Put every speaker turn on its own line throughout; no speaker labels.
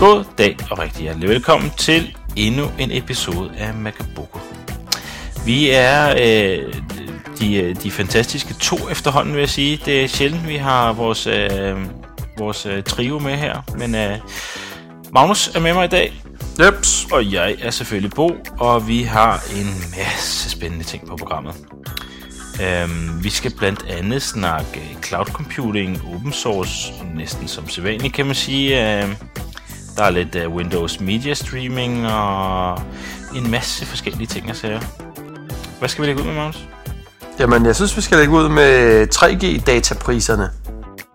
God dag og rigtig hjertelig velkommen til endnu en episode af Macaboco. Vi er øh, de, de fantastiske to efterhånden, vil jeg sige. Det er sjældent, vi har vores, øh, vores øh, trio med her, men øh, Magnus er med mig i dag,
Jeps.
og jeg er selvfølgelig Bo, og vi har en masse spændende ting på programmet. Øhm, vi skal blandt andet snakke cloud computing, open source, næsten som sædvanligt kan man sige. Øhm, der er lidt øh, Windows Media Streaming og en masse forskellige ting og sager. Hvad skal vi lægge ud med, Magnus?
Jamen, jeg synes, vi skal lægge ud med 3G-datapriserne.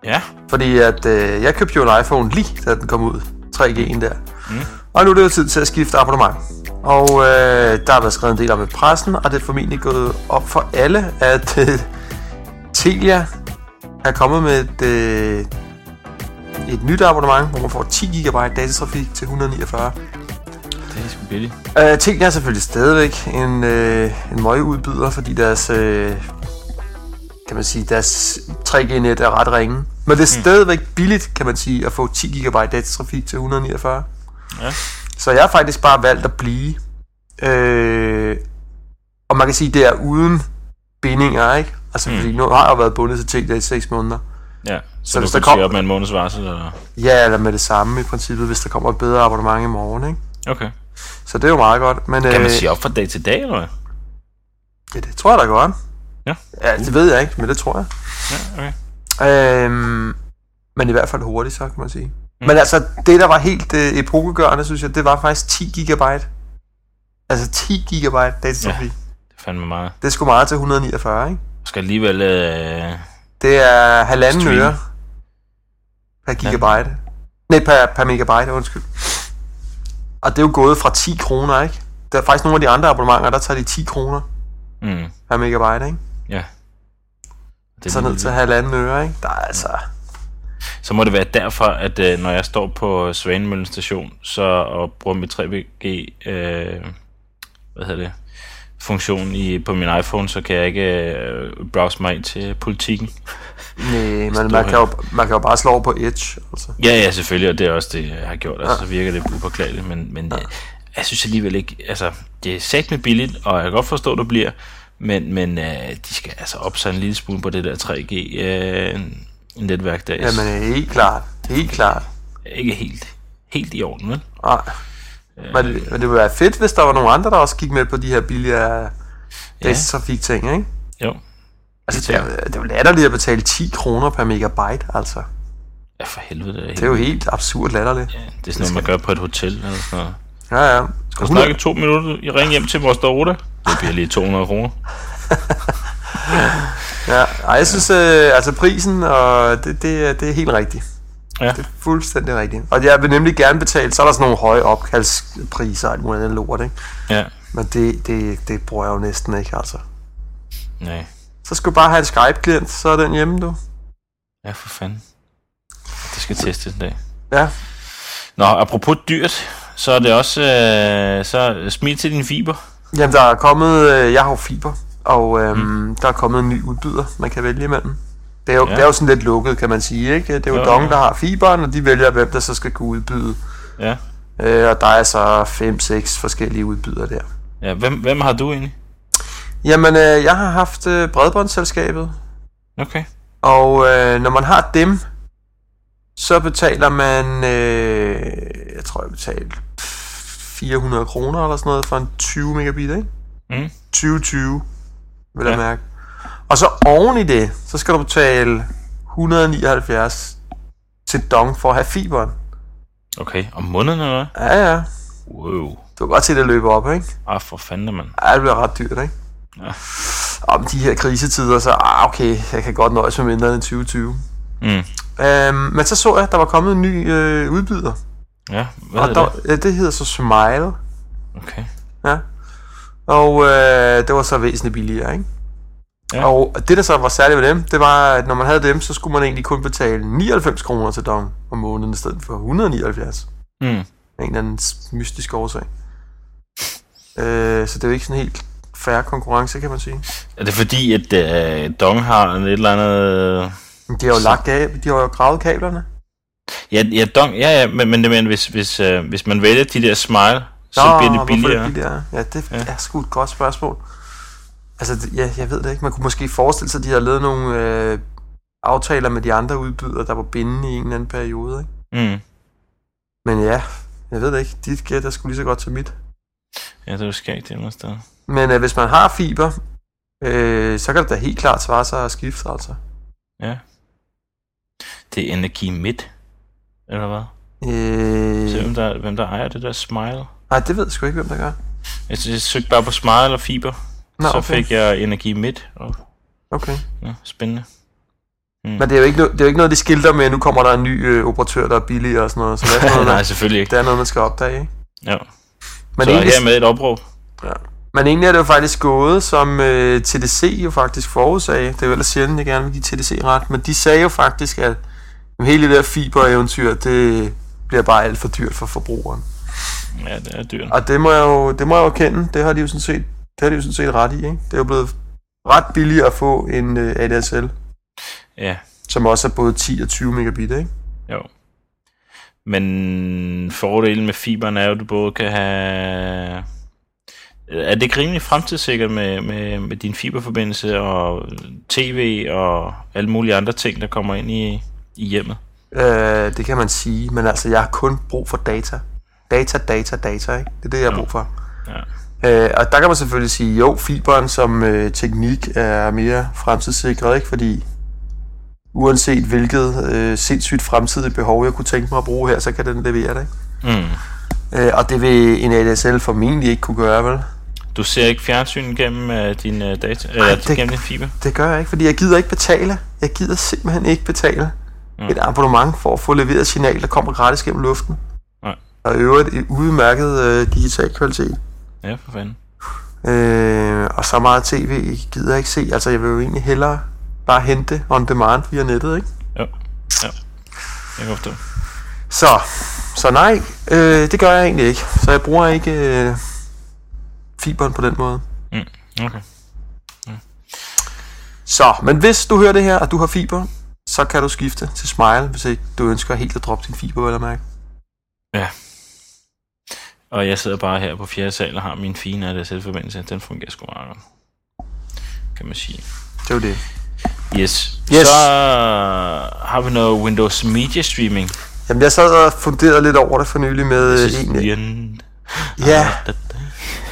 Ja,
Fordi at øh, jeg købte jo en iPhone lige, da den kom ud. 3G'en der. Mm. Og nu er det jo tid til at skifte abonnement. Og øh, der har været skrevet en del om i pressen, og det er formentlig gået op for alle, at øh, Telia er kommet med et, øh, et nyt abonnement, hvor man får 10 GB datatrafik til 149.
det er sgu billigt.
Uh, Telia er selvfølgelig stadigvæk en, uh, en møgudbyder, fordi deres, uh, kan man sige, deres 3G-net er ret ringe. Men det er
Hmm.
stadigvæk billigt, kan man sige, at få 10 GB datatrafik til 149.
Ja.
Så jeg har faktisk bare valgt at blive. Øh, og man kan sige, det er uden bindinger, ikke? Altså,
Mm.
mm. fordi nu har jeg jo været bundet til Telia i 6 måneder.
Ja, så, så
hvis
du
der
kan kom...
kom-
op med en måneds varsel. Eller...
Ja, eller med det samme i princippet, hvis der kommer et bedre abonnement i morgen, ikke?
Okay.
Så det er jo meget godt. Men,
Kan man
øh,
sige op fra dag til dag, eller hvad?
Ja, det tror jeg da godt.
Ja.
ja det ved jeg ikke, men det tror jeg.
Ja, okay.
Øhm, men i hvert fald hurtigt, så kan man sige. Mm. Men altså, det der var helt øh, epokegørende, synes jeg, det var faktisk 10 gigabyte. Altså 10 gigabyte datatrafik. Ja.
Det er fandme meget.
Det er sgu meget til 149, ikke?
Du skal alligevel... Øh...
Det er halvanden
Stream.
øre per gigabyte. Ja. Nej, per, per megabyte, undskyld. Og det er jo gået fra 10 kroner, ikke? Der er faktisk nogle af de andre abonnementer, der tager de 10 kroner
Mm,
per megabyte, ikke?
ja. Det er
Så ned
lige-
til halvanden øre, ikke? Der er altså...
så må det være derfor, at øh, når jeg står på Svanemøllen station så, og bruger mit 3G øh, hvad hedder det, funktion i, på min iPhone, så kan jeg ikke øh, browse mig ind til politikken.
Nej, men
Stor
man kan, jo, man kan jo bare slå over på Edge, altså.
Ja, ja, selvfølgelig, og det er også det, jeg har gjort. Altså, så virker det upåklageligt, men, men ja. jeg, jeg synes alligevel ikke... Altså, det er sagt med billigt, og jeg kan godt forstå, at det bliver, men, men øh, de skal altså op sig en lille smule på det der 3G-netværk der. Jeg
Jamen, øh, helt klart. Helt klart.
er ikke helt, helt i orden, vel?
Nej. Men, det, men det ville være fedt, hvis der var nogle andre, der også gik med på de her billigere datatrafik-ting, ikke?
Jo.
Altså,
tænker
det, er- det er jo latterligt at betale 10 kroner per megabyte, altså.
Ja, for helvede, det er, helt,
Det er jo helt absurd latterligt.
det er sådan noget, man gør på et hotel eller sådan noget.
Ja, ja.
Du snakke to minutter, I ringer hjem til vores Dorota. Det bliver lige 200 kroner.
Ja, Ej, jeg synes, øh, altså prisen, og det, det, er- det er helt rigtigt.
Ja.
Det er fuldstændig rigtigt. Og jeg vil nemlig gerne betale, så er der sådan nogle høje opkaldspriser og alt muligt andet lort, ikke?
Ja.
Men det, det, det bruger jeg jo næsten ikke, altså.
Nej.
Så skal du bare have en Skype-klient, så er den hjemme, du.
Ja, for fanden. Det skal testes en dag.
Ja,
Nå, apropos dyrt, så er det også, øh, så smid til din fiber.
Jamen, der er kommet... Øh, jeg har jo fiber, og øhm, mm. der er kommet en ny udbyder, man kan vælge imellem. Det er, jo,
Ja.
ja. det er jo sådan lidt lukket, kan man sige, ikke? Det er jo,
Jo,
jo Dong,
jo.
der har fiberen, og de vælger, hvem der så skal kunne udbyde.
Ja.
Øh, og der er så 5-6 forskellige udbydere der.
ja hvem, hvem har du egentlig?
Jamen, øh, jeg har haft øh, bredbåndsselskabet,
Okay.
og øh, når man har dem, så betaler man... Øh, jeg tror, jeg betalte 400 kroner eller sådan noget for en 20 megabit, ikke?
Mm.
2020, vil jeg
Ja.
mærke. Og så oven i det, så skal du betale 179 til Dong for at have fiberen.
Okay, om måneden eller hvad?
Ja, ja.
Wow.
Du kan godt se, det løber op, ikke?
Ah, for fanden, mand.
Ja, det bliver ret dyrt, ikke?
Ja.
Om de her krisetider, så ah, okay, jeg kan godt nøjes med mindre end 2020.
Mm.
Øhm, men så så jeg, at der var kommet en ny øh, udbyder.
Ja, hvad
og
er
der,
det?
Ja, det hedder så Smile.
Okay.
Ja. Og øh, det var så væsentligt billigere, ikke?
Ja.
Ja. Og det, der så var særligt ved dem, det var, at når man havde dem, så skulle man egentlig kun betale 99 kroner til Dong om måneden, i stedet for 179.
Mm.
Af en eller anden s- mystisk årsag. Øh, så det er jo ikke sådan helt færre konkurrence, kan man sige.
Er det fordi, at øh, Dong har en et eller andet...
Men de har jo lagt af, de har jo gravet kablerne.
Ja, ja, dong, ja, ja men, men, men hvis, hvis, øh, hvis man vælger de der smile, så
Nå,
bliver det
hvorfor
billigere.
det billigere? Ja, det
Ja.
ja. er sgu et godt spørgsmål. Altså, det- ja, jeg ved det ikke. Man kunne måske forestille sig, at de havde lavet nogle øh, aftaler med de andre udbydere, der var bindende i en eller anden periode. Ikke?
Mm.
Men ja, jeg ved det ikke. Dit gæt er sgu lige så godt som mit.
Ja, det er jo skægt det andet sted.
Men øh, hvis man har fiber, øh, så kan det da helt klart svare sig at skifte, altså.
Det er Energi Midt, eller hvad? Se,
Øh,
hvem der, hvem der ejer det der smile.
nej, det ved jeg sgu ikke, hvem der gør.
Jeg, jeg søgte bare på smile eller fiber,
Nå,
så
okay.
fik jeg Energi Midt. Og,
okay.
ja, spændende.
Men det er, jo ikke, no- det er jo ikke noget, de skilter med, at nu kommer der en ny øh, operatør, der er billigere og sådan noget. Så det er, sådan noget,
Nej,
der,
selvfølgelig ikke.
det er noget, man skal opdage, ikke?
Ja.
Men
så
egentlig-
her med et opråb.
Men egentlig er det jo faktisk gået, som øh, TDC jo faktisk forudsagde. Det er jo ellers sjældent, jeg gerne vil give TDC ret. Men de sagde jo faktisk, at jamen, hele det der fibereventyr, det bliver bare alt for dyrt for forbrugeren.
Ja, det er dyrt.
Og det må jeg jo, det må jeg jo kende. Det har de jo sådan set, det har de jo sådan set ret i. Ikke? Det er jo blevet ret billigt at få en øh, ADSL,
Ja,
som også er både 10 og 20 megabit. Ikke?
jo. Men fordelen med fiberen er jo, at du både kan have... Er det ikke rimelig fremtidssikkert med, med, med din fiberforbindelse og tv og alle mulige andre ting, der kommer ind i, i hjemmet?
Øh, det kan man sige, men altså, jeg har kun brug for data. Data, data, data, ikke? Det er det, jeg har brug for.
Ja.
Øh, og der kan man selvfølgelig sige, jo, fiberen som øh, teknik er mere fremtidssikret, ikke? Fordi uanset hvilket øh, sindssygt fremtidigt behov, jeg kunne tænke mig at bruge her, så kan den levere det, ikke?
Mm.
Øh, og det vil en ADSL formentlig ikke kunne gøre, vel?
Du ser ikke fjernsyn gennem uh, din uh, data, Ej,
Ej,
eller, det...
det-
gennem din fiber?
Det gør jeg ikke, fordi jeg gider ikke betale. Jeg gider simpelthen ikke betale
Mm.
mm. et abonnement for at få leveret et signal, der kommer gratis gennem luften.
Nej.
Og i øvrigt i udmærket øh, digital kvalitet.
Ja, for fanden.
Øh, og så meget tv gider jeg ikke se. Altså, jeg vil jo egentlig hellere bare hente det on demand via nettet, ikke?
Jo, ja. Jeg kan forstå.
Så, så nej, øh, det gør jeg egentlig ikke. Så jeg bruger ikke øh, fiberen på den måde.
Okay.
Så, men hvis du hører det her, og du har fiber, så kan du skifte til Smile, hvis ikke du ønsker helt at droppe din fiber, vel at mærke.
Og jeg sidder bare her på fjerde sal og har min fine ADSL-forbindelse. Den fungerer sgu meget godt. Kan man sige.
Det er jo det.
Yes. yes.
Yes.
Så har vi noget Windows Media Streaming.
Jamen, jeg sad og funderede lidt over det for nylig med øh, en... Ja, er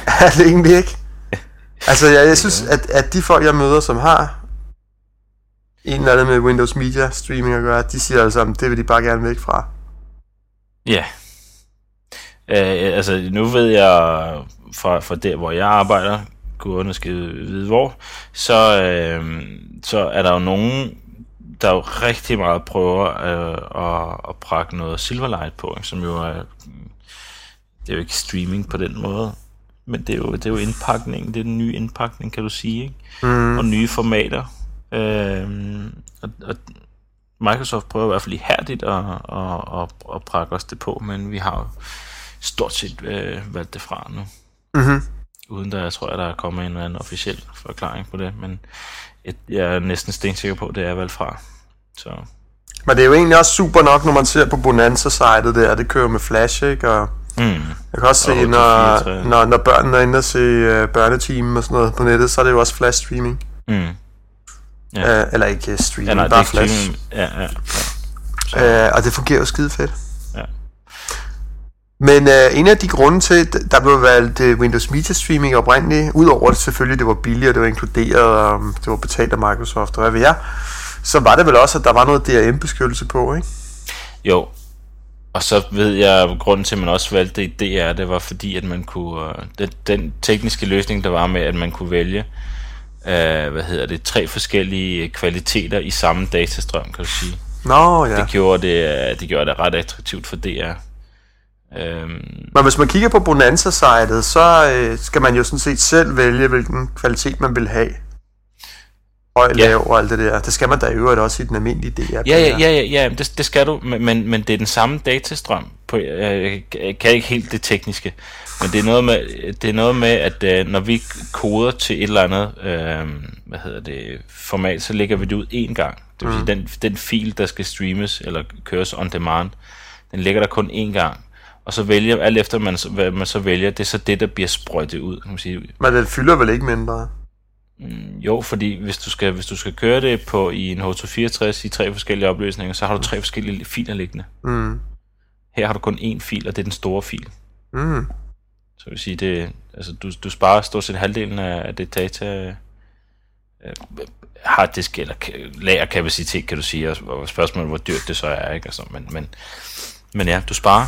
Ah.
det egentlig ikke. Altså, jeg, jeg synes, at, at de folk, jeg møder, som har en eller anden med Windows Media Streaming at gøre, de siger altså, at det vil de bare gerne væk fra.
Ja. Øh, altså, nu ved jeg fra, fra der, hvor jeg arbejder, guderne skal vide hvor, så, øh, så er der jo nogen, der jo rigtig meget prøver øh, at, at prakke noget Silverlight på, ikke? som jo er, det er jo ikke streaming på den måde, men det er jo, det er jo indpakning, det er den nye indpakning, kan du sige, ikke?
Mm.
og nye formater. Øh, og, og Microsoft prøver i hvert fald ihærdigt at, at, at, at prakke os det på, men vi har jo stort set øh, valgt det fra nu.
Mm-hmm.
Uden der, jeg tror, at der er kommet en eller anden officiel forklaring på det, men et, jeg er næsten stensikker på, at det er valgt fra. Så
Men det er jo egentlig også super nok, når man ser på Bonanza-sitet der, det kører med Flash, ikke? Og
mm,
jeg kan også
Og
se, når,
8-4-3.
når, når børnene er inde og se øh, børnetimen og sådan noget på nettet, så er det jo også Flash-streaming.
mm. Ja.
Ja. Øh, eller ikke øh, streaming,
ja, nej, det er
bare
ikke
Flash.
streaming. Ja, ja, ja.
Øh, og det fungerer jo skide fedt.
Ja.
Men øh, en af de grunde til, at der blev valgt øh, Windows Media Streaming oprindeligt, udover at selvfølgelig det var billigere, det var inkluderet, og um, det var betalt af Microsoft og hvad ved jeg, så var det vel også, at der var noget DRM-beskyttelse på, ikke?
Jo. Og så ved jeg, at grunden til, at man også valgte det i DR, det var fordi, at man kunne... øh, Den, den tekniske løsning, der var med, at man kunne vælge, øh, hvad hedder det, tre forskellige kvaliteter i samme datastrøm, kan du sige.
Nå ja.
Det gjorde det, øh, det, gjorde det ret attraktivt for DR. Øhm,
Men hvis man kigger på Bonanza-sitet, så øh, skal man jo sådan set selv vælge, hvilken kvalitet man vil have. Høj,
Ja.
lav og alt det der. Det skal man da i øvrigt også i den almindelige DR.
Ja, ja, ja, ja, ja det, det skal du, men, men, men det er den samme datastrøm. På, jeg, jeg kan ikke helt det tekniske, men det er noget med, det er noget med at øh, når vi koder til et eller andet, øh, hvad hedder det, format, så lægger vi det ud én gang. Det vil sige, den, den fil, der skal streames eller køres on demand, den ligger der kun én gang. Og så vælger, alt efter man, så- hvad man så vælger, det er så det, der bliver sprøjtet ud. Kan man sige.
Men den fylder vel ikke mindre?
Mm, Jo, fordi hvis du, skal, hvis du skal køre det på i en H264 i tre forskellige opløsninger, så har du tre forskellige filer liggende.
Mm.
Her har du kun én fil, og det er den store fil.
Mm.
Så det vil sige, det, altså, du, du sparer stort set halvdelen af, af det data øh, harddisk eller ka- lagerkapacitet, kan du sige, og, og spørgsmålet, hvor dyrt det så er, ikke? Og så, men, men, men ja, du sparer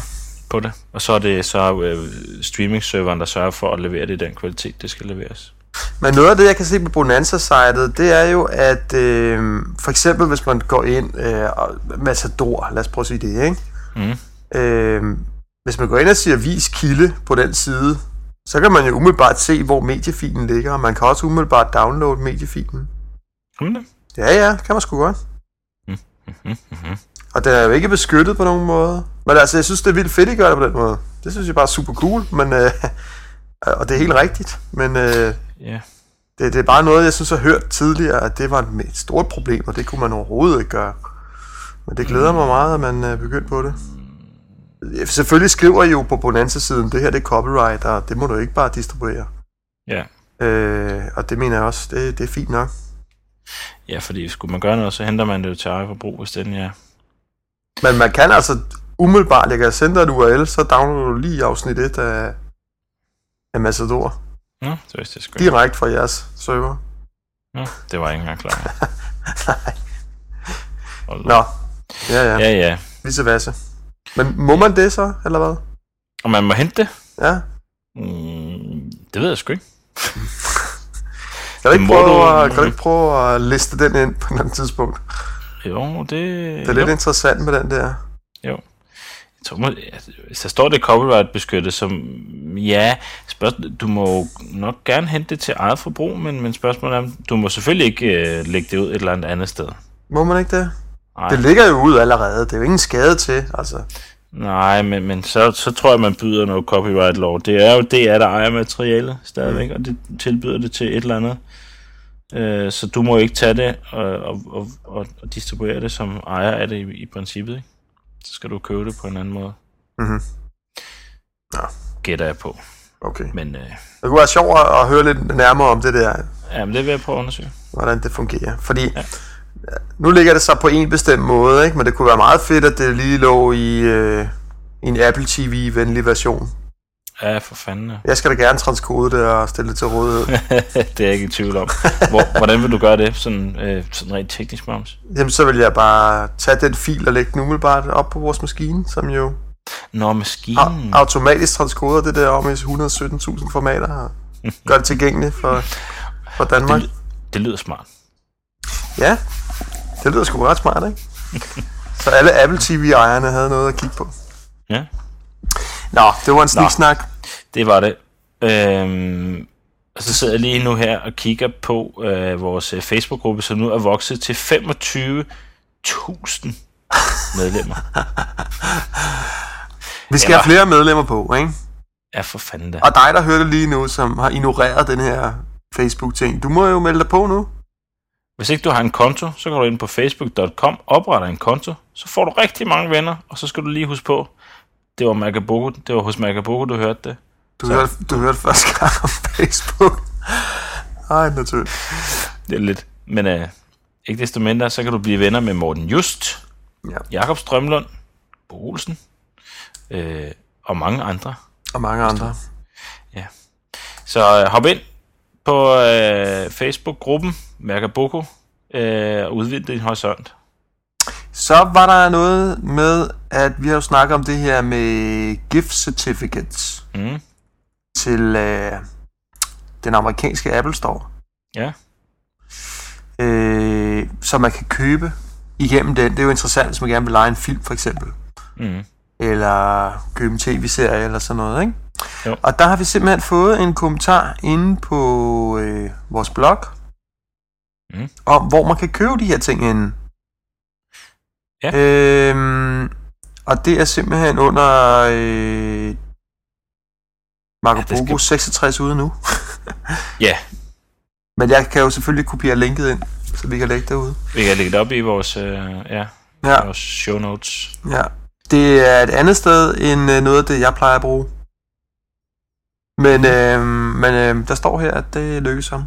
på det, og så er det så øh, streaming-serveren, der sørger for at levere det i den kvalitet, det skal leveres.
Men noget af det, jeg kan se på Bonanza-sitet, det er jo, at øh, for eksempel hvis man går ind, øh, og- Matador, lad os prøve at sige det, ikke?
Mm.
Øh, hvis man går ind og siger vis kilde på den side, så kan man jo umiddelbart se, hvor mediefilen ligger, og man kan også umiddelbart downloade mediefilen.
Kan man det?
Ja, ja, det kan man sgu godt.
Mm-hmm.
Og den er jo ikke beskyttet på nogen måde. Men altså, jeg synes, det er vildt fedt, at gøre det på den måde. Det synes jeg bare er super cool, men, øh, og det er helt rigtigt. Men øh,
Ja.
det, det er bare noget, jeg synes, jeg har hørt tidligere, at det var et- et stort problem, og det kunne man overhovedet ikke gøre. Men det glæder mig meget, at man øh, begyndte på det. Øh, Selvfølgelig skriver I jo på Bonanza-siden, det her det er copyright, og det må du ikke bare distribuere.
Ja.
Øh, og det mener jeg også, det, det er fint nok.
ja, fordi skulle man gøre noget, så henter man det jo til eget forbrug, hvis den ja.
Men man kan altså umiddelbart, jeg kan sende dig et URL, så downloader du lige afsnit 1 af, af Massador.
Nå, det vidste jeg sgu ikke.
Direkte fra jeres server.
Nå, det var jeg ikke engang klar over.
Nej.
Hold da op.
Nå. Ja, ja. ja.
Ja, ja.
Visse vasse. Men må man det så, eller hvad?
Og man må hente det.
Ja.
Mm, det ved jeg sgu ikke.
Kan du ikke,
Må
prøve,
du-
at, kan du ikke prøve at liste den ind på et eller andet tidspunkt?
Jo, det...
Det er lidt interessant med den der.
Jeg tror, må- altså, hvis der står det er copyright beskyttet, som ja, spørgsmål, du må jo nok gerne hente det til eget forbrug, men, men spørgsmålet er, om- du må selvfølgelig ikke øh, lægge det ud et eller andet andet sted.
Må man ikke det?
Nej,
Det ligger jo ud allerede. Det er jo ingen skade til, altså.
nej men, men så, så tror jeg, man byder noget copyright lov. Det er jo det, der ejer materialet stadigvæk, mm. og det tilbyder det til et eller andet. Øh, så du må ikke tage det og, og, og, og, og distribuere det som ejer af det i, i princippet. Ikke? Så skal du købe det på en anden måde,
Mhm.
gætter jeg på.
Okay.
Men øh,
Det kunne være sjovt at at høre lidt nærmere om det der.
ja, men det vil jeg prøve at undersøge.
hvordan det fungerer. Fordi ja. nu ligger det så på en bestemt måde, ikke? men det kunne være meget fedt, at det lige lå i øh, i en Apple TV-venlig version.
Ja, for fanden. ja.
Jeg skal da gerne transkode det og stille det til rådighed.
det er jeg ikke i tvivl om. Hvor, hvordan vil du gøre det, sådan, øh, sådan rent teknisk, Magnus?
Jamen, så vil jeg bare tage den fil og lægge den umiddelbart op på vores maskine, som jo
Nå,
au-
maskinen.
automatisk transkoder det der om i 117.000 formater og gør det tilgængeligt for, for Danmark.
Det, det lyder smart.
Ja, det lyder sgu ret smart, ikke? Så alle Apple TV-ejerne havde noget at kigge på.
Ja,
Nå, det var en sniksnak.
det var det. Øhm, og så sidder jeg lige nu her og kigger på øh, vores øh, Facebook-gruppe, som nu er vokset til 25.000 medlemmer.
Vi skal
Ja.
have flere medlemmer på, ikke?
Ja, for fanden da.
Og dig, der hører det lige nu, som har ignoreret den her Facebook-ting, du må jo melde dig på nu.
Hvis ikke du har en konto, så går du ind på facebook.com, opretter en konto, så får du rigtig mange venner, og så skal du lige huske på, det var, Macabogo, det var hos Macabogo, du hørte det.
Du, hørte, du hørte første gang om Facebook. Ej, naturligt.
Det er lidt. Men øh, ikke desto mindre, så kan du blive venner med Morten Just,
Ja.
Jakob Strømlund, Bo Olsen øh, og mange andre.
Og mange andre.
Så øh, hop ind på øh, Facebook-gruppen Mærkaboko øh, og udvid din horisont.
Så var der noget med, at vi har jo snakket om det her med gift certificates
Mm.
til øh, den amerikanske Apple Store.
Ja.
Øh, som man kan købe igennem den. Det er jo interessant, hvis man gerne vil lege en film, for eksempel.
Mm.
eller købe en tv-serie eller sådan noget, ikke?
Jo.
Og der har vi simpelthen fået en kommentar inde på øh, vores blog,
Mm.
om hvor man kan købe de her ting inde.
Ja.
Øhm, og det er simpelthen under øh, Marco
Ja, det skal-
Polo 66 ude nu.
Ja.
Men jeg kan jo selvfølgelig kopiere linket ind så vi kan lægge derude.
Vi kan lægge det op i vores, øh, ja,
Ja,
vores show notes.
ja. Det er et andet sted end øh, noget af det, jeg plejer at bruge.
Mm.
Men, øh, men øh, der står her, at det lykkes ham.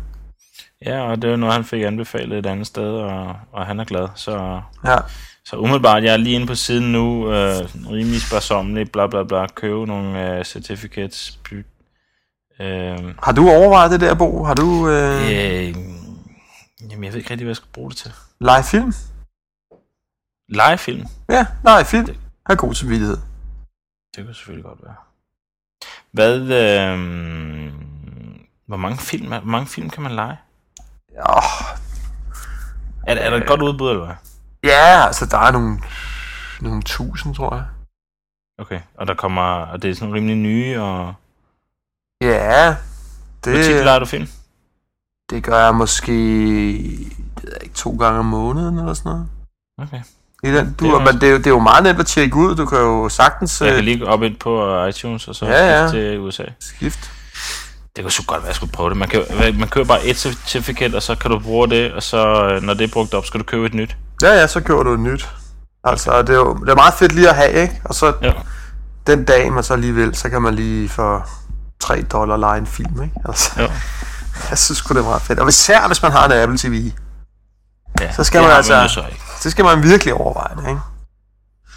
Ja, og det er jo noget, han fik anbefalet et andet sted, og, og han er glad. Så,
Ja,
så umiddelbart, jeg er lige inde på siden nu, øh, rimelig sparsommelig, bla bla bla, købe nogle øh, certificates. By, øh,
Har du overvejet det der, Bo? Har du øh, yeah.
øh, jamen, jeg ved ikke rigtig, hvad jeg skal bruge det til.
live film?
Legefilm,
Ja, live film. Har god samvittighed.
det kunne selvfølgelig godt være. Hvad, øh, hvor mange film, hvor mange film kan man lege?
Oh,
Er, er
Øh.
der et godt udbud, eller hvad?
ja, altså der er nogle, nogle tusind, tror jeg.
Okay, og der kommer, og det er sådan rimelig nye, og
Ja,
hvor tit
det,
leger du film?
det gør jeg måske det ved jeg ikke, to gange om måneden eller sådan noget.
Okay.
I den, du,
Det
det,
er
er
også-
men det, er jo, det er jo meget nemt at tjekke ud. Du kan jo sagtens
Jeg kan
øh,
lige op ind på iTunes, og så
Ja, ja.
ja, ja. til USA.
skifte.
Det kunne så godt være, at jeg skulle prøve det. Man, kan, man køber bare et certifikat, og så kan du bruge det, og så øh, når det er brugt op, skal du købe et nyt.
Ja, ja, så gjorde du et nyt. Altså, det er jo det er meget fedt lige at have, ikke? Og så
Ja.
den dag, man så lige vil, så kan man lige for 3 dollar lege en film, ikke? Altså.
Jo.
Jeg synes sgu, det er meget fedt. Og især hvis man har en Apple TV.
Ja,
Så skal
det
man
har
altså-
Man jo så ikke.
Så skal man virkelig overveje det, ikke?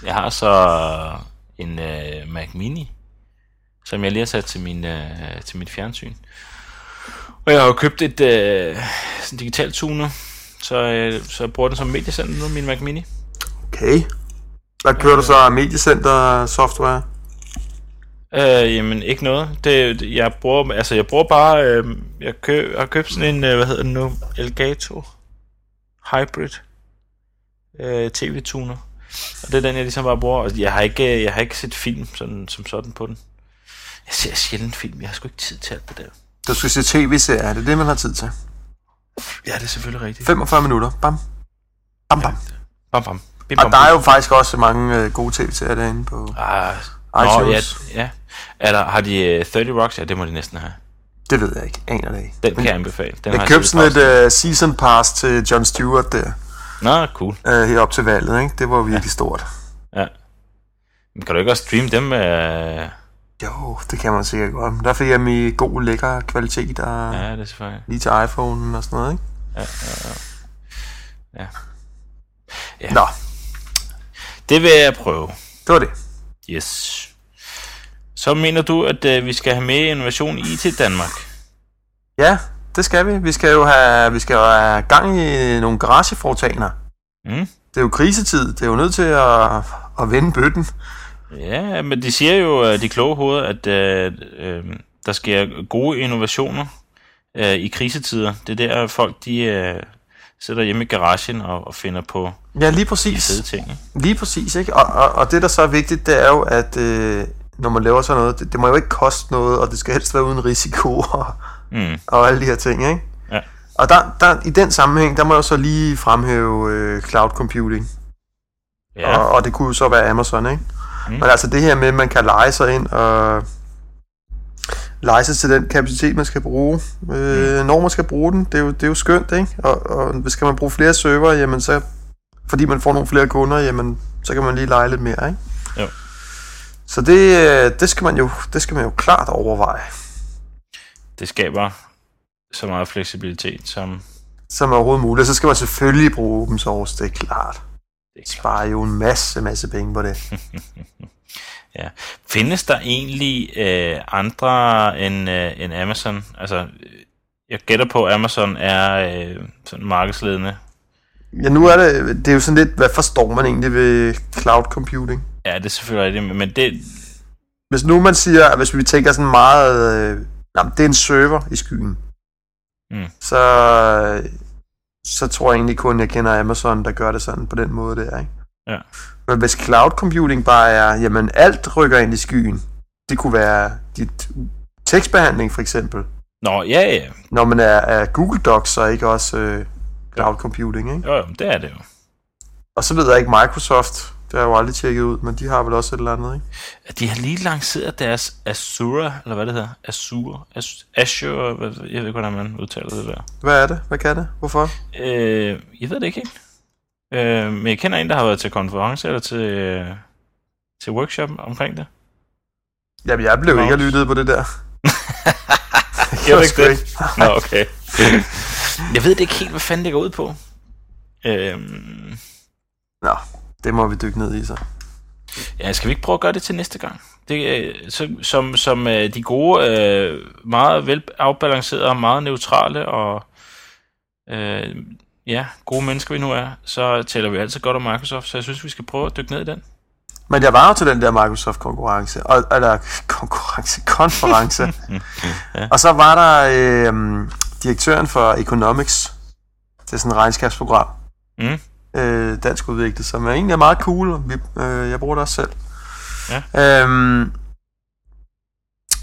Jeg har så en øh, Mac Mini, som jeg lige har sat til, min, øh, til mit fjernsyn. Og jeg har jo købt et øh, sådan digitalt tuner, så, øh, så jeg bruger den som mediecenter nu, min Mac Mini.
Okay. Hvad kører du så af mediecenter software?
Øh, jamen ikke noget. Det, det- jeg bruger, altså jeg bruger bare, øh, jeg, køb, jeg har købt sådan en, øh, hvad hedder den nu, Elgato Hybrid øh, TV-tuner. Og det er den, jeg ligesom bare bruger. Og jeg har ikke, øh, jeg har ikke set film sådan, som sådan på den. Jeg ser sjældent film. Jeg har sgu ikke tid til alt det der.
Du skal se tv-serier, det er det, man har tid til.
Ja, det er selvfølgelig rigtigt.
45 minutter, bam. Bam, bam.
Bam, bam. Bim,
Og
bam,
der er
bim.
jo faktisk også mange øh, gode tv-serier derinde på...
Ah, nå, ja,
iTunes.
ja. Er der, har de øh, 30 Rocks? Ja, det må de næsten have.
Det ved jeg ikke, aner det ikke.
Den kan jeg anbefale. Den har
Jeg købte
set
sådan et
pausen.
uh, season pass til John Stewart der,
Nå, cool.
uh, her op til valget, ikke? Det var virkelig stort.
Ja. Men kan du ikke også streame dem? Øh...
Jo, det kan man sikkert godt. Men Der fik jeg dem i god, lækker kvalitet og ja.
Ja, det er selvfølgelig.
lige til iPhone og sådan noget, ikke?
Ja, ja, ja. Ja. Ja.
Nå,
Det vil jeg prøve.
det var det.
Yes. Så mener du, at øh, vi skal have med innovation i til Danmark?
Ja, det skal vi. Vi skal jo have, vi skal jo have gang i nogle garagefortaner.
Mm?
Det er jo krisetid. Det er jo nødt til at, at vende bøtten.
Ja, men de siger jo, øh, de kloge hoveder, at øh, øh, der sker gode innovationer øh, i krisetider. Det er der, folk de øh, sidder hjemme i garagen og, og finder på
Ja, lige præcis.
fede ting. ikke?
Lige præcis, ikke? Og, og, og det, der så er vigtigt, det er jo, at øh, når man laver sådan noget, det, det må jo ikke koste noget, og det skal helst være uden risiko og,
Mm.
og alle de her ting, ikke?
Ja.
Og der, der, i den sammenhæng, der må jeg jo så lige fremhæve øh, cloud computing. Ja.
Ja,
Og, og det kunne jo så være Amazon, ikke?
Mm.
Mm. Men altså det her med, at man kan lege sig ind og lege sig til den kapacitet, man skal bruge, øh, mm. når man skal bruge den, det er jo, det er jo skønt, ikke? Og, og hvis skal man bruge flere server, jamen så, fordi man får nogle flere kunder, jamen så kan man lige lege lidt mere, ikke?
Jo.
Så det, øh, det, skal man jo, det skal man jo klart overveje,
det skaber så meget fleksibilitet som...
som overhovedet muligt. Så skal man selvfølgelig bruge open source, det er klart.
Det er
Sparer jo en masse, masse penge på det.
Ja. Findes der egentlig øh, andre end, øh, end Amazon? Altså, øh, jeg gætter på, at Amazon er øh, sådan markedsledende.
Ja, nu er det, det er jo sådan lidt, hvad forstår man egentlig ved cloud computing?
Ja, det er selvfølgelig rigtigt, men- men det...
Hvis nu man siger, at hvis vi tænker sådan meget, øh, nej, det er en server i skyen,
Mm.
så, så tror jeg egentlig kun, jeg kender Amazon, der gør det sådan på den måde der, ikke?
Ja.
Men hvis cloud computing bare er, jamen alt rykker ind i skyen, det kunne være dit tekstbehandling for eksempel,
Nå, ja, ja.
når man er, er Google Docs, så ikke også øh, cloud computing, ikke?
Jo, jo, det er det jo.
Og så ved jeg ikke, Microsoft Det har jeg jo aldrig tjekket ud, men de har vel også et eller andet, ikke?
De har lige lanceret deres Azure, eller hvad det hedder, Azure, Az- Azure, hvad- jeg ved ikke, hvordan man udtaler det der.
Hvad er det? Hvad kan det? Hvorfor?
Øh, jeg ved det ikke helt. Øh, men jeg kender en, der har været til konference eller til, øh, til workshop omkring det.
Jamen, jeg blev
Nå.
ikke lyttet på det der.
Jeg
var
ved
sgu
ikke det. Nå, okay. jeg ved det ikke helt, hvad fanden det går ud på. Øhm,
Nå, det må vi dykke ned i så.
ja, skal vi ikke prøve at gøre det til næste gang? Det, øh, så, som som øh, de gode, øh, meget vel afbalancerede og meget neutrale og øh, ja, gode mennesker vi nu er, så taler vi altid godt om Microsoft, så jeg synes, vi skal prøve at dykke ned i den.
Men jeg var jo til den der Microsoft-konkurrence, og, eller konkurrence, konference. ja. Og så var der øh, direktøren for Economics, det er sådan et regnskabsprogram,
Mm.
øh, dansk udviklet, som er egentlig er meget cool, og vi, øh, jeg bruger det også selv. Ja. Øhm,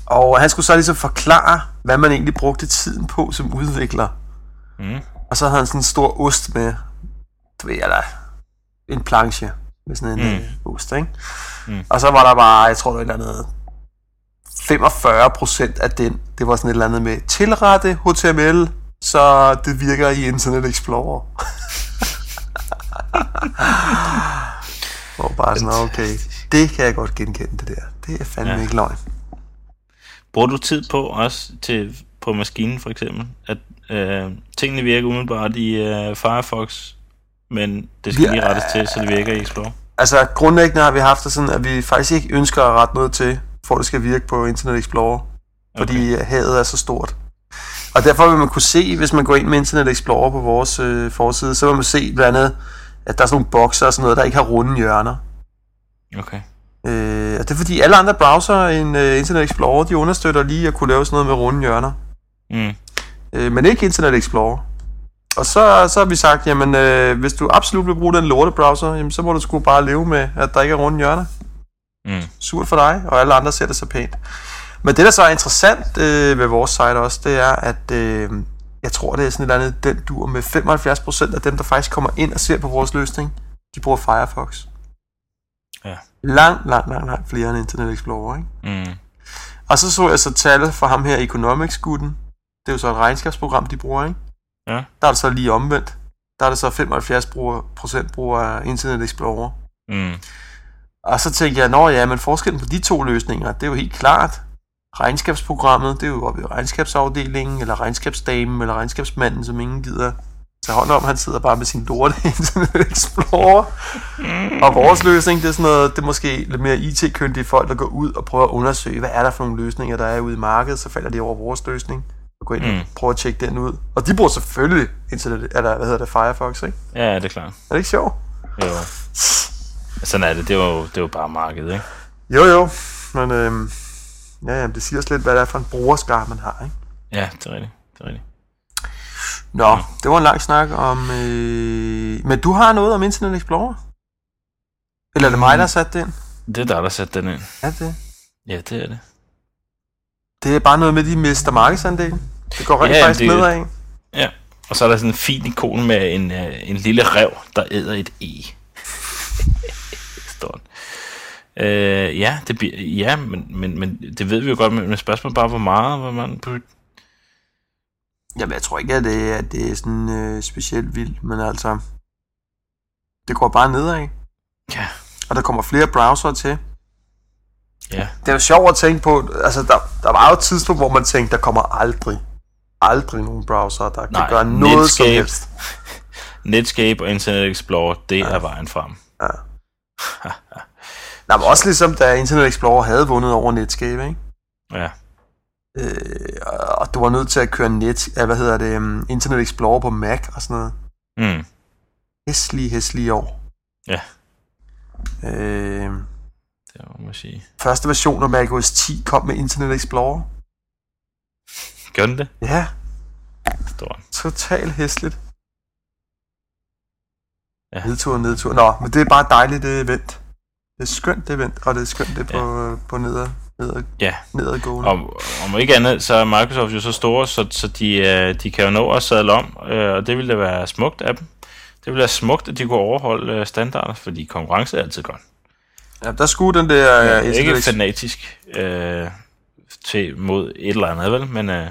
og han skulle så ligesom forklare, hvad man egentlig brugte tiden på som udvikler.
Mm.
Og så havde han sådan en stor ost med, du ved, eller en planche med sådan en
Mm.
mm. øh, ost, ikke?
Mm.
Mm. Og så var der bare, jeg tror, det var et eller andet 45 procent af den, det var sådan et eller andet med tilrette HTML, så det virker i Internet Explorer. Hvor bare sådan, okay, det kan jeg godt genkende det der. Det er fandme
Ja.
ja. ikke løgn.
Bruger du tid på også til, på maskinen for eksempel, at øh, tingene virker umiddelbart i øh, Firefox, men det skal
Ja.
lige rettes til, så det virker i Explorer?
Altså, grundlæggende har vi haft det sådan, at vi faktisk ikke ønsker at rette noget til, for at det skal virke på Internet Explorer. fordi okay. havet er så stort. Og derfor vil man kunne se, hvis man går ind med Internet Explorer på vores øh, forside, så vil man se blandt andet, at der er sådan nogle bokser og sådan noget, der ikke har runde hjørner.
Okay.
Øh, og det er fordi alle andre browser end øh, Internet Explorer, de understøtter lige at kunne lave sådan noget med runde hjørner.
Mm.
Øh, men ikke Internet Explorer. Og så, så har vi sagt, jamen øh, hvis du absolut vil bruge den lorte browser, jamen, så må du sgu bare leve med, at der ikke er runde hjørner.
Mm.
surt for dig, og alle andre ser det så pænt. Men det, der så er interessant øh, ved vores site også, det er, at øh, jeg tror, det er sådan et eller andet, den dur med 75% af dem, der faktisk kommer ind og ser på vores løsning, de bruger Firefox.
Ja.
Langt, langt, langt, langt flere end Internet Explorer, ikke?
Mm.
Og så så jeg så tal fra ham her, Economics-gutten. Det er jo så et regnskabsprogram, de bruger, ikke?
Ja.
Der er det så lige omvendt. Der er det så 75% bruger Internet Explorer.
Mm.
Og så tænkte jeg, nå ja, men forskellen på de to løsninger, det er jo helt klart. Regnskabsprogrammet, det er jo oppe i regnskabsafdelingen, eller regnskabsdamen, eller regnskabsmanden, som ingen gider tage hånd om. Han sidder bare med sin lorte Internet Explorer. Og vores løsning, det er sådan noget, det er måske lidt mere IT-kyndige folk, der går ud og prøver at undersøge, hvad er der for nogle løsninger, der er ude i markedet, så falder de over vores løsning og går ind og
Mm.
prøver at tjekke den ud. Og de bruger selvfølgelig Internet, eller hvad hedder det, Firefox, ikke?
Ja, det er klart.
Er det ikke sjovt?
Jo. Sådan er det. Det er jo, det er jo bare markedet, ikke?
Jo, jo. Men øhm, ja, jamen, det siger også lidt, hvad det er for en brugerskar, man har. Ikke?
Ja, det er rigtigt. Det er rigtigt.
Nå, det var en lang snak om... Øh, men du har noget om Internet Explorer? Eller er det mig, der har sat det ind?
Det er dig, der satte den ind.
Mm. Ja, det.
Ja, det er det.
Det er bare noget med, de mister markedsandelen. Det går rent
Ja,
ja, faktisk
det-
det... nedad. ikke?
Og så er der sådan en fin ikon med en, øh, en lille rev, der æder et E. Står den. øh, ja, det bliver, ja men, men, men det ved vi jo godt, men, men spørgsmålet er bare, hvor meget hvor man på
Jamen, jeg tror ikke, at det, at det er sådan øh, specielt vildt, men altså... Det går bare nedad, ikke?
Ja.
Og der kommer flere browsere til.
Ja.
Det er jo sjovt at tænke på, altså der, der var jo et tidspunkt, hvor man tænkte, der kommer aldrig, aldrig nogen browser, der kan
Nej,
gøre noget som
Netscape.
helst.
Netscape og Internet Explorer, det ja. er vejen frem.
Ja. Nej, men også ligesom da Internet Explorer havde vundet over Netscape, ikke?
Ja.
Øh, og- og du var nødt til at køre net, ja, hvad hedder det, um, Internet Explorer på Mac og sådan noget.
Mm.
Hæslige, hæslige år.
Ja.
Øh,
Det må man sige.
første version af Mac OS 10 kom med Internet Explorer.
Gør den det?
Ja,
Står
totalt hæsligt.
Ja.
Ja. Nedtur, nedtur. Nå, men det er bare dejligt, det event. Det er skønt, det event, og det er skønt, det er på, øh, på nedad, nedad,
Ja.
nedadgående.
Om, om ikke andet, så er Microsoft jo så store, så, så de, øh, de kan jo nå at sadle om, øh, og det ville da være smukt af dem. Det Det ville være smukt, at de kunne overholde øh, standarder, fordi konkurrence er altid godt.
Ja, der skulle den der...
Ja,
øh,
ikke
Interlex-
fanatisk øh, til, mod et eller andet, vel? Men øh,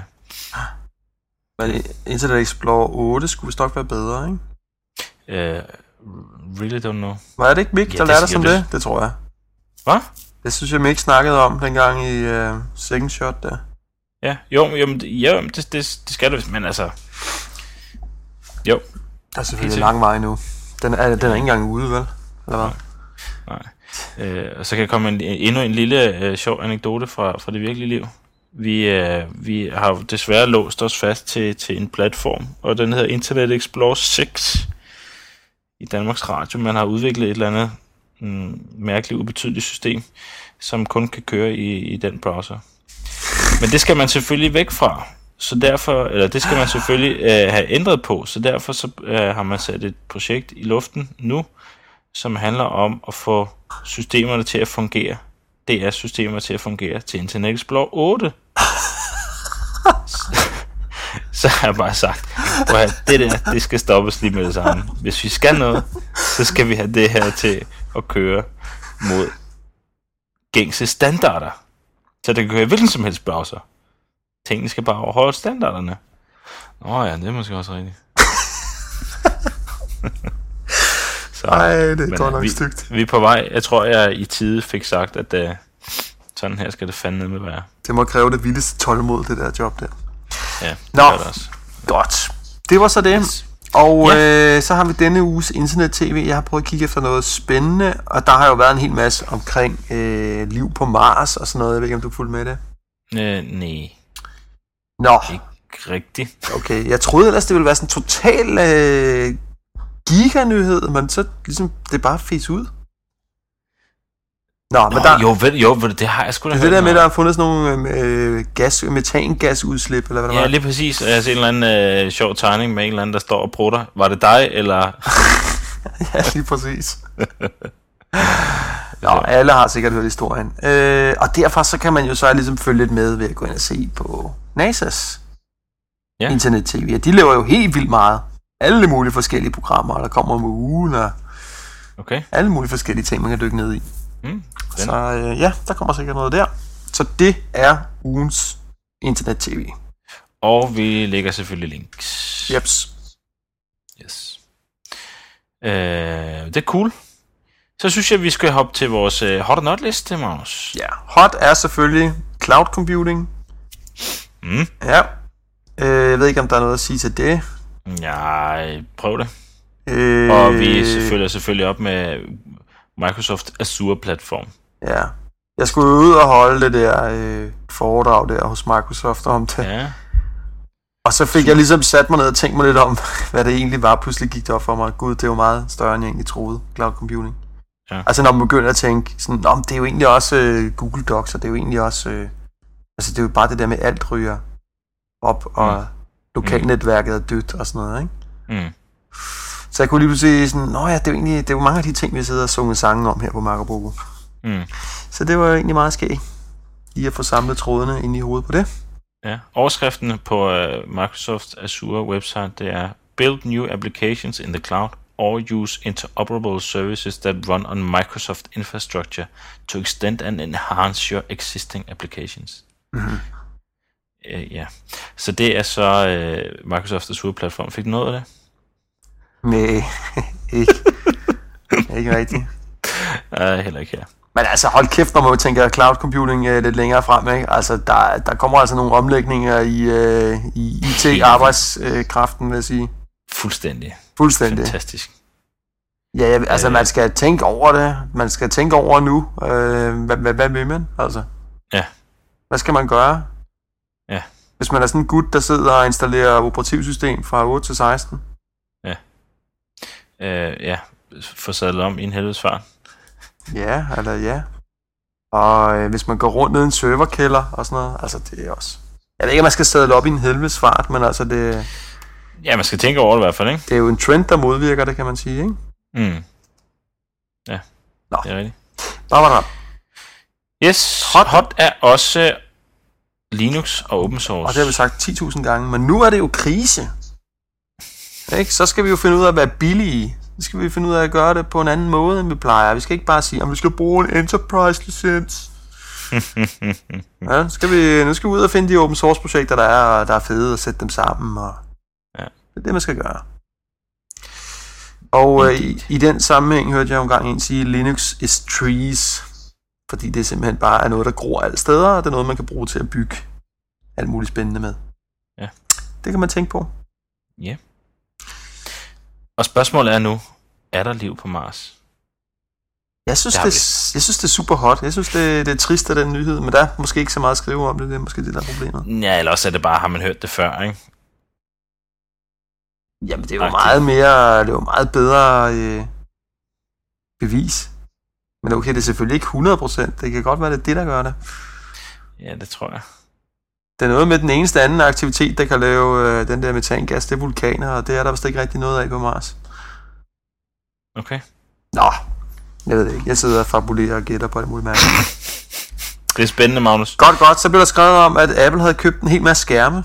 Men Internet Explorer 8 skulle vist nok være bedre, ikke?
øh, really don't know.
Var det ikke Mick,
Ja,
der
det
lærte os
siger
om
det.
det? Det tror jeg.
Hvad?
Det synes jeg, Mick snakkede om dengang i øh, Second Shot der.
Ja, jo, jo, men det- jo men det, det, det skal det, men altså... Jo,
Der er
Helt
selvfølgelig
sikkert.
lang vej nu. Den er, den er ikke engang ude, vel? Eller hvad?
Nej. Øh, og så kan jeg komme en, endnu en lille øh, sjov anekdote fra, fra det virkelige liv. Vi, øh, vi har jo desværre låst os fast til, til en platform, og den hedder Internet Explorer 6 i Danmarks Radio. Man har udviklet et eller andet mm, mærkeligt, ubetydeligt system, som kun kan køre i, i den browser. Men det skal man selvfølgelig væk fra. Så derfor, eller det skal man selvfølgelig øh, have ændret på, så derfor så, øh, har man sat et projekt i luften nu, som handler om at få systemerne til at fungere. Det er systemer til at fungere til Internet Explorer 8. Så- så har jeg bare sagt, "Prøv at høre, det der, det skal stoppes lige med det samme. Hvis vi skal noget, så skal vi have det her til at køre mod gængse standarder. Så det kan køre i hvilken som helst browser. Tingene skal bare overholde standarderne. Nå ja, det er måske også rigtigt. så,
Nej, det er
men,
godt
øh,
nok
vi,
stygt.
Vi er på vej. Jeg tror, jeg i tide fik sagt, at uh, sådan her skal det fandme være.
Det må kræve det vildeste tålmod, det der job der.
Ja, det
Nå.
gør det også.
Godt. Det var så det.
Yes.
Og øh, så har vi denne uges internet-tv. Jeg har prøvet at kigge efter noget spændende, og der har jo været en hel masse omkring øh, liv på Mars og sådan noget. Jeg ved ikke, om du fulgte med det?
Øh, nej,
Nå,
ikke rigtigt.
okay. Jeg troede ellers, det ville være sådan en total øh, giganyhed, men så ligesom, det bare fes ud. Nå, Nå men
Nå,
der,
jo, vel, jo, vel, det har jeg sgu da
det, er
hørt
det der med,
noget
der er fundet sådan nogle øh, gas, metangasudslip, eller
om.
hvad det
Ja,
var.
lige præcis. Og Jeg har set en eller anden øh, sjov tegning med en eller anden, der står og prutter. Var det dig, eller...
Ja, lige præcis. Nå, alle har sikkert hørt historien. Øh, og derfor så kan man jo så ligesom følge lidt med ved at gå ind og se på NASA's
Ja.
ja. internet-tv. Og de laver jo helt vildt meget. Alle mulige forskellige programmer, og der kommer om ugen, og
Okay.
alle mulige forskellige ting, man kan dykke ned i.
Mm,
Så øh, ja, der kommer sikkert noget der. Så det er ugens internet-tv.
og vi lægger selvfølgelig links.
Jeps.
Yes. Øh, det er cool. Så synes jeg, vi skal hoppe til vores øh, hot not liste, Magnus.
Ja, hot er selvfølgelig cloud computing.
Mm.
Ja. Øh, jeg ved ikke, om der er noget at sige til det.
Nej, prøv det.
Øh,
Og vi følger selvfølgelig op med Microsoft Azure-platform.
Ja. Jeg skulle jo ud og holde det der øh, foredrag der hos Microsoft om det. Ja.
Ja.
Og så fik jeg ligesom sat mig ned og tænkt mig lidt om, hvad det egentlig var. Pludselig gik det op for mig. Gud, det er jo meget større, end jeg egentlig troede. Cloud computing.
Ja.
Ja. Altså når man begynder at tænke, sådan, Nå, men det er jo egentlig også øh, Google Docs, og det er jo egentlig også... Øh, altså det er jo bare det der med, alt ryger op, og lokalnetværket er dødt og sådan noget, ikke?
Mm.
Så jeg kunne lige pludselig sådan, Nå ja, det er jo egentlig det er jo mange af de ting, vi sidder og sunget sange om her på Marco Polo.
Mm.
Så det var egentlig meget skægt. Lige at få samlet trådene ind i hovedet på det.
Ja. Overskriften på øh, Microsoft Azure website, det er Build new applications in the cloud or use interoperable services that run on Microsoft infrastructure to extend and enhance your existing applications. Mm-hmm. Øh, ja. Så det er så øh, Microsoft Azure-platform. Fik du noget af det?
Nej, ikke. ikke rigtigt.
Uh, heller ikke her.
Men altså, hold kæft, når man tænker cloud computing øh, lidt længere frem, ikke? Altså, der, der kommer altså nogle omlægninger i, øh, i IT-arbejdskraften, vil jeg sige.
Fuldstændig.
Fuldstændig.
Fantastisk.
Ja, ja, altså,
Øh.
man skal tænke over det. Man skal tænke over nu. Øh, hvad, hvad, hvad vil man, altså?
Ja.
Hvad skal man gøre?
Ja.
Hvis man er sådan en gut, der sidder og installerer operativsystem fra 8 til 16.
Øh, ja, få sadlet om i en helvedes fart.
Ja, eller ja. Og øh, hvis man går rundt ned i en serverkælder og sådan noget, altså det er også... Jeg ved ikke, om man skal sadle op i en helvedes fart, men altså det,
Ja, man skal tænke over det i hvert fald, ikke?
det er jo en trend, der modvirker det, kan man sige, ikke?
Mm. Ja,
Nå.
det er rigtigt.
Nå, var der.
Yes, hot.
Hot.
hot er også Linux og open source.
Og det har vi sagt 10.000 gange, men nu er det jo krise. Ikke? Så skal vi jo finde ud af at være billige. Så skal vi finde ud af at gøre det på en anden måde, end vi plejer. Vi skal ikke bare sige, om vi skal bruge en enterprise licens. Mm. ja, nu skal vi, nu skal vi ud og finde de open source projekter, der er, der er fede, og sætte dem sammen. Og
Ja.
Det er det, man skal gøre. Og øh, i, i den sammenhæng hørte jeg jo engang en sige, Linux is trees. Fordi det simpelthen bare er noget, der gror alle steder, og det er noget, man kan bruge til at bygge alt muligt spændende med.
Ja.
Det kan man tænke på.
Og spørgsmålet er nu, er der liv på Mars?
Jeg synes,
Der er
det, jeg synes, det er super hot. Jeg synes, det, det er trist af den nyhed, men der er måske ikke så meget at skrive om det. Det er måske det, der er problemet.
Ja, eller også er det bare, har man hørt det før, ikke?
Jamen, det er jo
Agtigt.
meget mere, det er jo meget bedre øh, bevis. Men okay, det er selvfølgelig ikke 100%. Det kan godt være, det er det, der gør det.
Ja, det tror jeg.
Det er noget med den eneste anden aktivitet, der kan lave øh, den der metangas, det er vulkaner, og det er der vist ikke rigtig noget af på Mars.
Okay.
Nå, jeg ved det ikke. Jeg sidder og fabulerer og gætter på det muligt mærke.
Det er spændende, Magnus.
Godt, godt. Så blev der skrevet om, at Apple havde købt en hel masse skærme.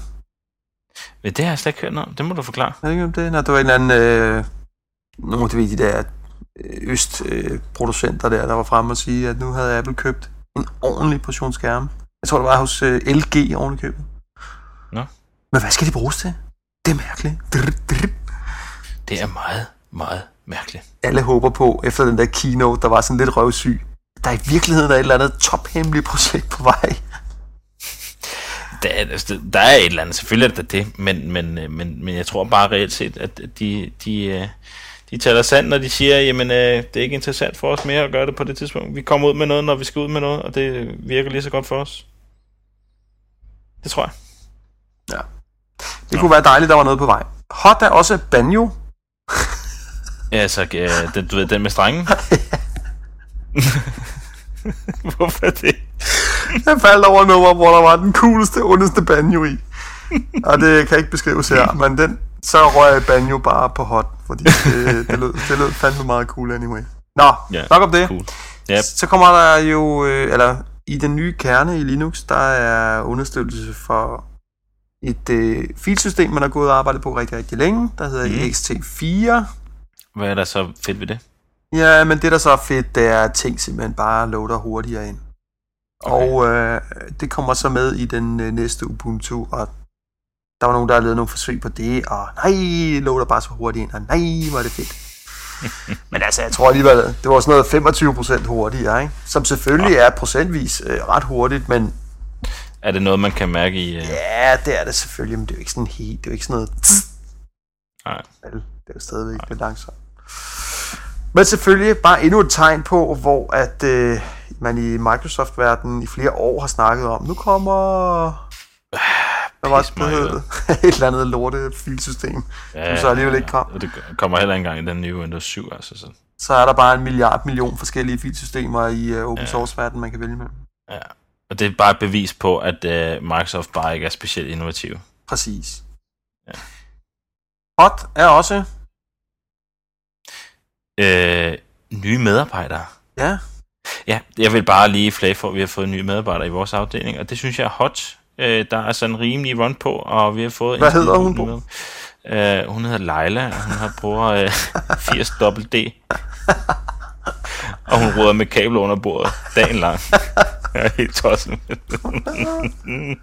Men det har jeg slet ikke hørt noget om. Det må du forklare.
Jeg ved ikke om det, når det var en eller anden... Øh, nogle af de, de der østproducenter øh, producenter der, der var fremme og sige, at nu havde Apple købt en ordentlig portion skærme. Jeg tror, det var hos øh, LG oven i købet.
Nå.
Men hvad skal de bruges til? Det er mærkeligt. Drr, drr.
Det er meget, meget mærkeligt.
Alle håber på, efter den der keynote, der var sådan lidt røvsyg, at der i virkeligheden er et eller andet tophemmeligt projekt på vej.
Der er, altså, der er et eller andet, selvfølgelig er der det, men, men, øh, men, men jeg tror bare reelt set, at at de, de, øh, de taler sandt, når de siger, jamen øh, det er ikke interessant for os mere at gøre det på det tidspunkt. Vi kommer ud med noget, når vi skal ud med noget, og det øh, virker lige så godt for os. Det tror jeg.
Det kunne være dejligt, der var noget på vej. Hot er også Banjo.
Ja, altså, øh, den, du ved, den med strengen? Hvorfor det?
Jeg faldt over nummer, hvor der var den cooleste, ondeste banjo i. Og det kan ikke beskrives her, men den, så røg banjo bare på hot, fordi det, det, lød, det lød fandme meget cool anyway. Nå,
Ja,
yeah, nok om det.
cool. Yep.
Så kommer der jo, øh, eller i den nye kerne i Linux, der er understøttelse for et øh, filsystem, man har gået og arbejdet på rigtig, rigtig længe, der hedder
Mhm.
mm. XT4.
Hvad er der så fedt ved det?
Ja, men det, der så er fedt, det er, at ting simpelthen bare loader hurtigere ind. Okay. Og øh, det kommer så med i den øh, næste Ubuntu, og der var nogen, der havde lavet nogle forsøg på det, og nej, loader bare så hurtigt ind, og nej, hvor er det fedt. Men altså, jeg tror alligevel, det var sådan noget 25% hurtigere, ikke? som selvfølgelig er procentvis øh, ret hurtigt, men
Er det noget, man kan mærke i... Øh...
ja, det er det selvfølgelig, men det er jo ikke sådan helt, det er jo ikke sådan noget...
Nej.
Vel, det er jo stadigvæk lidt langsomt. Men selvfølgelig bare endnu et tegn på, hvor at øh, man i Microsoft-verdenen i flere år har snakket om, nu kommer... Hvad var det,
pis
det
mig,
hed? Et eller andet lorte filsystem, ja, som så alligevel ikke kom.
Og det kommer heller ikke engang i den nye Windows 7, altså. Så.
Så er der bare en milliard million forskellige filsystemer i øh, open source-verdenen, man kan vælge med.
Ja. Og det er bare et bevis på, at øh, Microsoft bare ikke er specielt innovativ.
Præcis.
Ja.
Hot er også...
Øh, nye medarbejdere.
Ja,
Ja, jeg vil bare lige flage for, at vi har fået nye medarbejdere i vores afdeling, og det synes jeg er hot. Øh, der er sådan en rimelig run på, og vi har fået...
Hvad
en-
hedder hun, Bo?
Øh, hun hedder Leila, og hun har bruger øh, 80 dobbelt D. Og hun råder med kabler under bordet dagen lang. Jeg er helt tosset med det.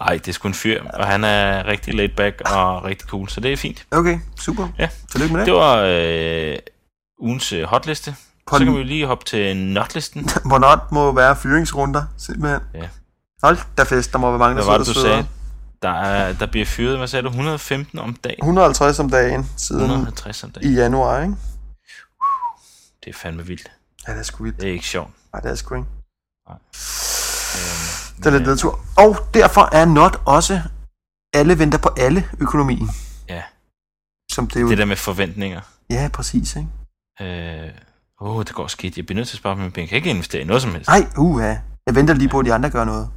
Ej, det er sgu en fyr, og han er rigtig laid back og rigtig cool, så det er fint.
okay, super.
Ja.
Tillykke med det.
Det var øh, ugens øh, hotliste.
På
Så kan
den-
vi jo lige hoppe til notlisten.
Hvor not må være fyringsrunder, simpelthen.
Ja.
Hold da fest, der må være mange, der
Hvad var det,
sidder
du
og sveder.
sagde? Der, er, der bliver fyret, hvad sagde du, 115 om dagen?
150 om dagen siden
150 om
i
dagen.
januar, ikke?
Det er fandme vildt.
Ja, det er sgu vildt.
Det er ikke sjovt.
Nej, det er sgu ikke.
Øhm,
Det er lidt
men, øh,
nedtur. Og derfor er not også alle venter på alle økonomien.
Ja.
Som det jo...
Det der med forventninger.
Ja, præcis, ikke?
Øh, Åh, oh, det går skidt. Jeg bliver nødt til at spare på mine penge. Jeg kan ikke investere i noget som helst.
Nej, uha. Jeg venter lige på, at de andre gør noget.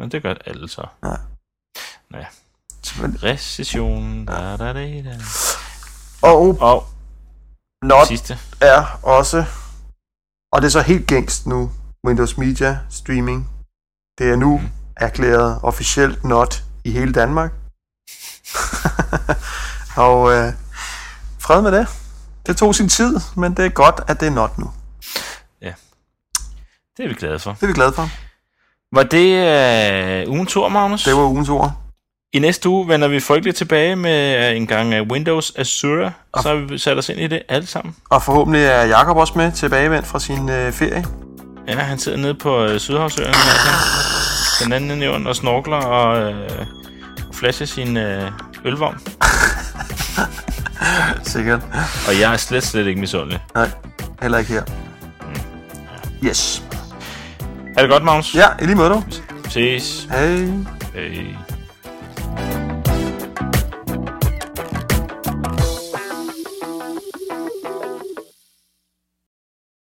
Men det altså. gør alle så.
Så- men-
Recession. Da, da, da, da.
Og
Og
not
sidste.
er også... Og det er så helt gængst nu. Windows Media Streaming. Det er nu
Mm.
erklæret officielt not i hele Danmark. Og øh, fred med det. Det tog sin tid, men det er godt, at det er not nu.
Det er vi glade for.
Det er vi glade for.
Var det øh, ugen tur, Magnus?
Det var ugens ord.
I næste uge vender vi folkeligt tilbage med øh, en gang øh, Windows Azure, og så har vi sat os ind i det alle sammen.
Og forhåbentlig er Jakob også med tilbagevendt fra sin øh, ferie.
Ja, han sidder nede på øh, Sydhavsøen, altså, den anden ende i jorden, og snorkler og øh, flasher sin øh, ølvogn.
Sikkert.
Og jeg er slet, slet ikke misundelig.
Nej, heller ikke her. Yes. Mm.
Er det godt, Magnus?
Ja, i lige måde dog.
Ses.
Hej.
Hey.